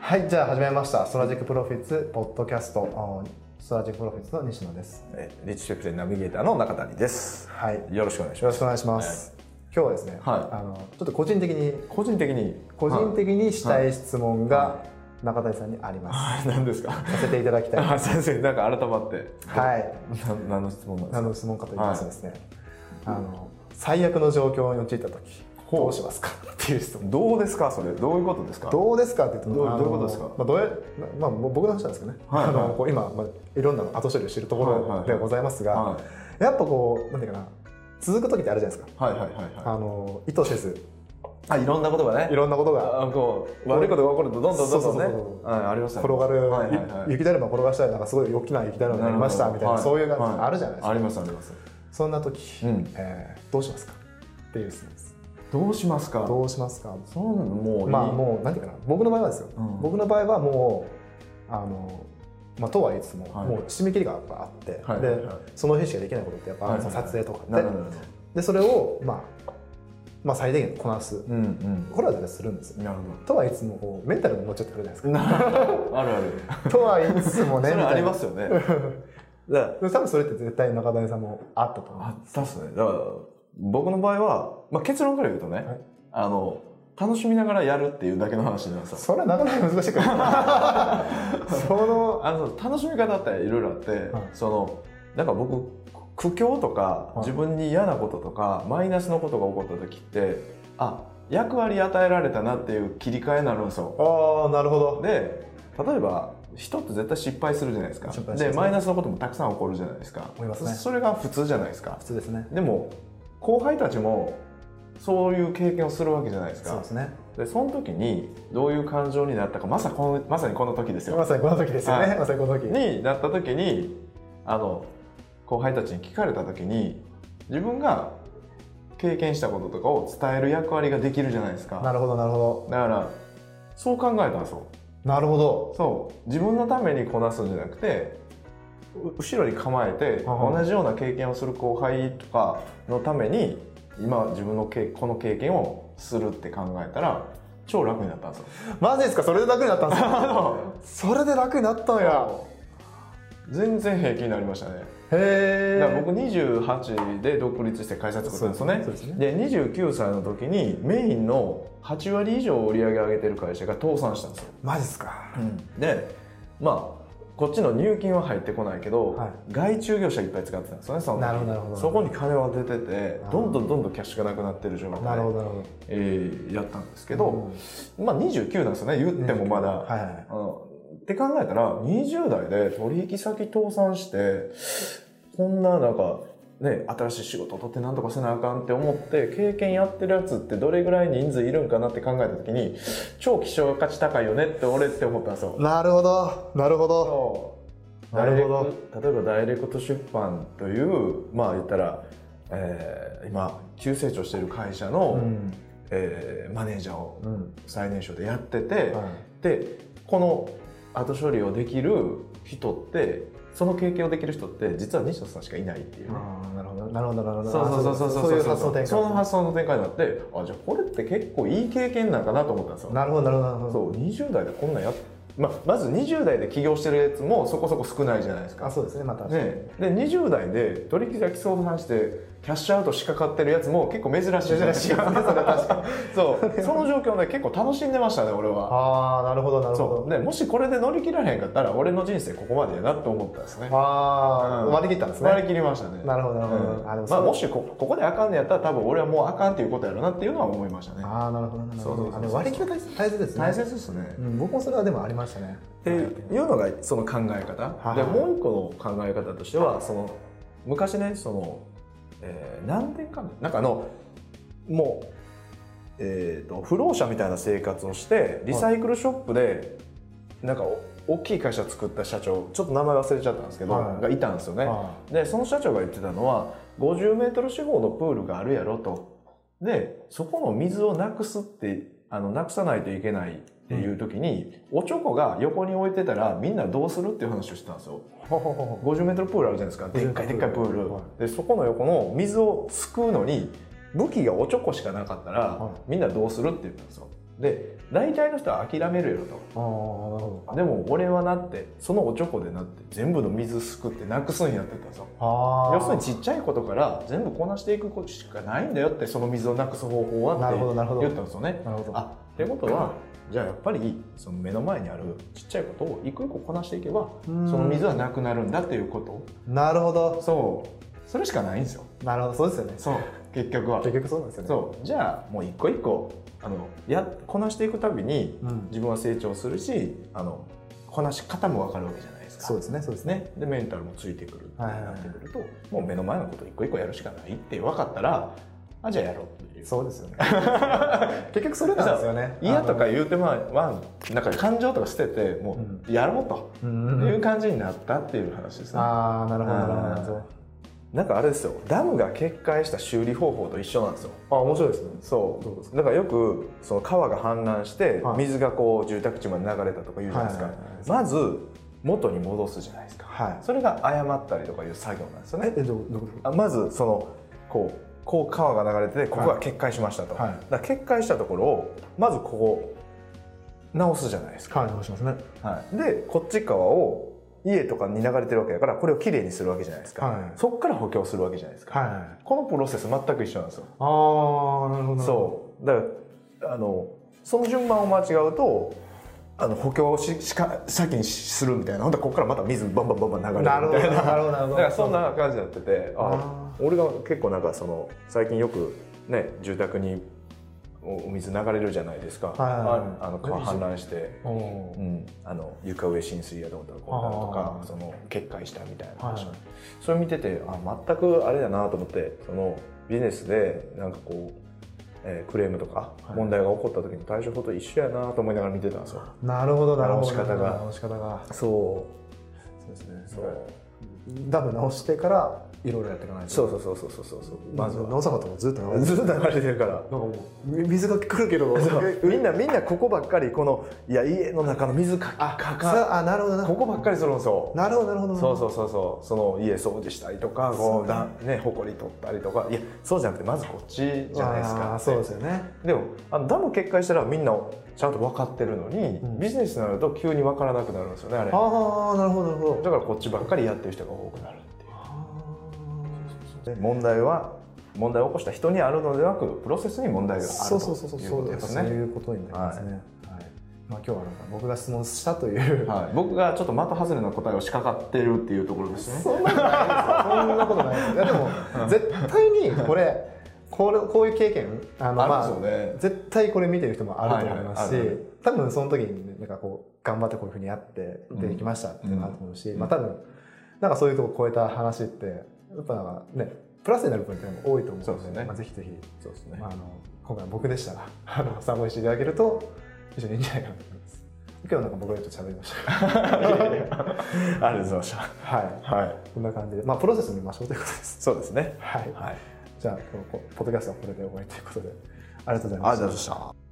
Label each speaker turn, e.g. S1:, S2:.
S1: はい、じゃあ始めました。ストラジックプロフィッツポッドキャスト、あストラジックプロフィッツの西野です。
S2: えーリッチフェクテナビゲーターの中谷です。
S1: はい、よ
S2: よろしくお願いしま
S1: ろ
S2: す。
S1: しくお願いします。今日はですね、
S2: はい
S1: あのちょっと個人的に
S2: 個人的に
S1: 個人的にしたい質問が
S2: は
S1: 中谷さんにあります。
S2: はい何ですか。
S1: させていただきたい。
S2: あ 先生なんか改まって
S1: はい。
S2: な何の質問なんですか
S1: 何。の質問かと言いますとですね、あの最悪の状況に陥った時どうしますかっていう質問。
S2: どうですかそれどういうことですか。
S1: どうですかって言うと
S2: どう
S1: あの
S2: どういうことですか
S1: まあどうやまあ、もう僕の話なんですけどね、
S2: はいはい
S1: あのこう今、まあ、いろんな後処理をしているところではございますが、
S2: は
S1: やっぱこうなんていうかな続く時ってあるじゃないですか、
S2: いはいはいはいはい。
S1: あの意図せず
S2: あいろんなことがね
S1: い。ろんなことが
S2: あこう悪いことが起こるとどんどんど
S1: そ
S2: んどんね
S1: うそうそうそう
S2: はいありますね
S1: 転がる、
S2: はいはいはい
S1: ゆ雪だるま転がしたりなんかすごい大きな雪だるまになりましたみたいな、
S2: は
S1: そういう感じ、
S2: は
S1: あるじゃないですか
S2: ありますあります
S1: そんな時、
S2: うん
S1: えーどうしますかっていう質問です
S2: どうしますか
S1: どうしますか
S2: そんなのもういい
S1: まあもうなんていうかな僕の場合はですよ、
S2: うん
S1: 僕の場合はもうあのまあとはいつも、
S2: はい
S1: もう締め切りがやっぱあって、
S2: はい
S1: で
S2: はいはい
S1: その日しかできないことってやっぱ、
S2: はいはいはい
S1: その撮影とかって
S2: なるほどなるほど
S1: でそれを、まあ、まあ最低限こなす
S2: うんうん
S1: これは絶対するんですよ
S2: なる
S1: とはいつもこうメンタルに乗っちゃってくるじゃないです
S2: ほどあるある
S1: か。 とはいつも
S2: そ
S1: ね。
S2: れ
S1: み
S2: あ
S1: た
S2: り
S1: いな
S2: ますよ ねだから
S1: でも多分それって絶対中谷さんもあったと思う。
S2: あったっすねだから僕の場合は、まあ、結論から言うとね、
S1: はい
S2: あの楽しみながらやるっていうだけの話なんですよ
S1: それはなかなか難しいから。 その、
S2: あの楽しみ方っていろいろあって、
S1: はい
S2: そのなんか僕苦境とか
S1: い
S2: 自分に嫌なこととか、マイナスのことが起こった時ってあ役割与えられたなっていう切り替えになるんですよ
S1: ああ、なるほど。
S2: で例えば人って絶対失敗するじゃないですか
S1: 失敗しますね
S2: でマイナスのこともたくさん起こるじゃないですか
S1: 思いますね
S2: それが普通じゃないですか
S1: 普通ですね。
S2: でも後輩たちもそういう経験をするわけじゃないです
S1: そう
S2: か
S1: ですね。
S2: でその時にどういう感情になったかまさこのまさにこの時ですよ
S1: まさにこの時ですよね。
S2: はい
S1: まさにこの時。
S2: になった時にあの後輩たちに聞かれた時に自分が経験したこととかを伝える役割ができるじゃないです
S1: な
S2: か
S1: るほど、なるほど。
S2: だからそう考えたんですよ
S1: なるほど。
S2: そう自分のためにこなすんじゃなくてう後ろに構えて
S1: はい
S2: 同じような経験をする後輩とかのために今自分のけこの経験をするって考えたら超楽になったんですよ。
S1: マジですかそれで楽になったんです
S2: あ
S1: か
S2: の
S1: それで楽になったんや。
S2: 全然平気になりましたね。
S1: へ
S2: だから
S1: え。
S2: 僕28で独立して会社作ったんですよね
S1: そうですねそう
S2: で29歳の時にメインの8割以上売り上げ上げてる会社が倒産したんですよ、
S1: マジですか
S2: でまあこっちの入金は入ってこないけど、
S1: はい
S2: 外注業者いっぱい使ってたんですよねその時
S1: なるほどなるほど
S2: そこに金は出てて
S1: あー
S2: どんどんどんどんキャッシュがなくなってる状態
S1: なるほど、なるほど。
S2: えーやったんですけど、まあ29なんですよね言ってもまだ、
S1: はいはい。
S2: あのって考えたら20代で取引先倒産してこんななんかね新しい仕事取ってなんとかせなあかんって思って経験やってるやつってどれぐらい人数いるんかなって考えた時に超希少価値高いよねって俺って思ったんですよ。
S1: なるほど、なるほど。
S2: そう
S1: なるほど
S2: ダイレクト例えばダイレクト出版というまあ言ったら、えー今急成長している会社の、
S1: うん。
S2: えーマネージャーを
S1: うん。
S2: 最年少でやってて。
S1: はい
S2: でこの後処理をできる人ってその経験をできる人って実は西野さんしかいないっていうね、
S1: ああなるほどなるほどなるほど
S2: そうそうそうそう
S1: そういう発想展開
S2: その発想の展開になってあじゃあこれって結構いい経験なんかなと思ったんですよ
S1: なるほどなるほどなるほど
S2: そう20代でこんなんやっまあ、まず20代で起業してるやつもそこそこ少ないじゃないです
S1: あ
S2: か
S1: そうですねまた、
S2: ね、で20代で取引先相談してキャッシュアウトしかかってるやつも結構珍しいじゃな
S1: 珍しい
S2: いで
S1: です
S2: す
S1: ね
S2: か
S1: それ確かに
S2: そうその状況ね結構楽しんでましたね俺は
S1: ああなるほどなる
S2: そ
S1: ほど
S2: うでもしこれで乗り切らへんかったら俺の人生ここまでやなと思ったんですね
S1: ああ、
S2: うん
S1: 割り切ったんですね
S2: 割り切りましたね
S1: なるほどなるほど、
S2: うん
S1: あでもそ
S2: ま
S1: う
S2: あ、もしこここであかんのやったら多分俺はもうあかんっていうことやろなっていうのは思いましたね
S1: ああなるほどなるほど
S2: そうそうそうそ
S1: あ
S2: う
S1: でも割り切り大切大切ですね
S2: 大切ですね
S1: うん、僕もそれはでもありましたね
S2: っていうのがその考え方
S1: い
S2: でもう一個の考え方としてはその昔ねその、えー何年かななんかあのもう、えー、と不労者みたいな生活をしてリサイクルショップでなんかお大きい会社作った社長ちょっと名前忘れちゃったんですけど、
S1: はい
S2: がいたんですよね、
S1: は
S2: でその社長が言ってたのは 50m 四方のプールがあるやろとでそこの水をなくすってあのなくさないといけないっていう時に、おちょこが横に置いてたらみんなどうするっていう話をしてたんですよ
S1: ほほほほ
S2: 50m プールあるじゃないですかでっかいでっかいプール、
S1: はい
S2: でそこの横の水をすくうのに武器がおちょこしかなかったら、
S1: はい
S2: みんなどうするって言ったんですよで大体の人は諦めるよと
S1: ああなるほ
S2: でも俺はなってそのおちょこでなって全部の水すくってなくすんやってたぞ
S1: どああ
S2: 要するにちっちゃいことから全部こなしていくことしかないんだよってその水をなくす方法は
S1: なるほ
S2: っ
S1: どなるほ
S2: て
S1: ど
S2: 言ったんですよね
S1: なるほど
S2: あってことはじゃあやっぱりその目の前にあるちっちゃいことを一個一個こなしていけば
S1: そ
S2: その水はなくなるんだっていうこ
S1: なるほ
S2: と
S1: ど
S2: そうそれしかないんですよ
S1: なるほどそうですよね
S2: そう結局は
S1: 結局そうなんですよね
S2: そうじゃあもう一個一個あのやこなしていくたびに
S1: うん、
S2: 自分は成長するしあのこなし方も分かるわけじゃないですか
S1: そうですねそうですね
S2: ね、でメンタルもついてくるって
S1: はいはい
S2: な
S1: はい
S2: ってくると、もう目の前のこと一個一個やるしかないって分かったらあじゃあやろうっていう
S1: そうですよね結局それなんですよね
S2: 嫌とか言うてまあ、まあ、なんか感情とか捨ててもうやろうと
S1: あのうんうんう
S2: いうん感じになったっていう話ですね、
S1: ああなるほどなるほど
S2: なんかあれですよダムが決壊した修理方法と一緒なんですよ
S1: あ面白いですね
S2: そ
S1: どうです
S2: うだからよくその川が氾濫して
S1: はい
S2: 水がこう住宅地まで流れたとか言うじゃないですか、
S1: はいはいはい
S2: まず元に戻すじゃないですか
S1: はい
S2: それが誤ったりとかいう作業なんですよね
S1: ええどうどういうこ
S2: あまずそのこうこう川が流れててここが決壊しましたと、
S1: はい
S2: だから決壊したところをまずここ直すじゃないです
S1: と
S2: か、
S1: はい直しますね
S2: はいでこっち側を家とかに流れてるわけだからこれをきれいにするわけじゃないですか、
S1: はい
S2: そっから補強するわけじゃないですか、
S1: はいはい
S2: このプロセス全く一緒なんですよ、
S1: ああなるほど
S2: そうだからあのその順番を間違うとあの補強をししか先にするみたいなほんでここからまた水バンバンバンバン流れるみ
S1: ない
S2: た
S1: るほどなるほどなるほど
S2: だからそんな感じになっててあ
S1: あ
S2: 俺が結構なんかその最近よくね住宅におお水流れるじゃないですか、
S1: はいはいはい
S2: ああの川氾濫して、
S1: お
S2: う
S1: ー
S2: ん、あの床上浸水やと思ったらこんなのとか
S1: あー
S2: その決壊したみたいな
S1: はい
S2: 話、それ見ててあ全くあれだなと思ってそのビジネスでなんかこう。えークレームとか
S1: はい
S2: 問題が起こった時に対処法と一緒やなと思いながら見てたんですよ。
S1: なるほどなるほど
S2: 直し方が
S1: 直し方が
S2: そ
S1: そうです
S2: う
S1: ね
S2: そう
S1: ダブ直してからいろいろやっていかないと
S2: そうそうそうそうそうそうそうま
S1: ま
S2: ず
S1: ず
S2: は
S1: 直さなかったもんずっと直
S2: ず
S1: す
S2: っと流れてるから
S1: なんかもう水が来るけど
S2: そうみんなみんなここばっかりこのいや家の中の水か
S1: あ
S2: か
S1: そう
S2: か
S1: あなるほどな
S2: ここばっかりするんですよ
S1: なるほどなるほど
S2: そうそうそうそうその家掃除したりとかこうだねほこり取ったりとかいやそうじゃなくてまずこっちじゃないです
S1: あー
S2: か
S1: そうですよね
S2: でもあのダム決壊したらみんなちゃんと分かってるのに、
S1: うん
S2: ビジネスになると急に分からなくなるんですよねあれだか
S1: ああなるほどなるほど
S2: らこっちばっかりやってる人が多くなるっていう
S1: あ
S2: で問題は問題を起こした人にあるのではなくプロセスに問題
S1: ー
S2: があると
S1: そうそうそうそう
S2: い
S1: そ
S2: こ
S1: う
S2: と
S1: で
S2: ですす
S1: ねそう
S2: ね
S1: いうことになりますねはいまあ今日はなんか僕が質問したという
S2: はい、僕がちょっと的外れの答えを仕掛かってるっていうところですね。
S1: そんなことないですよそんなことないですいやでも絶対にこれこれこういう経験あのまあ
S2: ね。
S1: 絶対これ見てる人もあると思いますし、
S2: はいはいある
S1: 多分その時にねなんかこう頑張ってこういうふうにやってできましたってなると思うし、
S2: うん
S1: まあ多分なんかそういうとこ超えた話ってやっぱなんかねプラスになるポイントも多いと思うので
S2: そうですね
S1: まあ、ぜひぜひ、
S2: そうですね
S1: まあ、。あの今回僕でしたら あの参考にしていただけると非常にいいんじゃないかなと思います今日はなんか僕がちょっと喋りま したが
S2: ありがとうございました。
S1: はい
S2: はい。
S1: こんな感じでまあプロセス見ましょうということです
S2: そうですね。
S1: はい
S2: はい。あり
S1: じゃあこのポッドキャストはこれで終わりということでありがとうござい
S2: がと
S1: ま
S2: う
S1: し
S2: ござ
S1: た
S2: いました。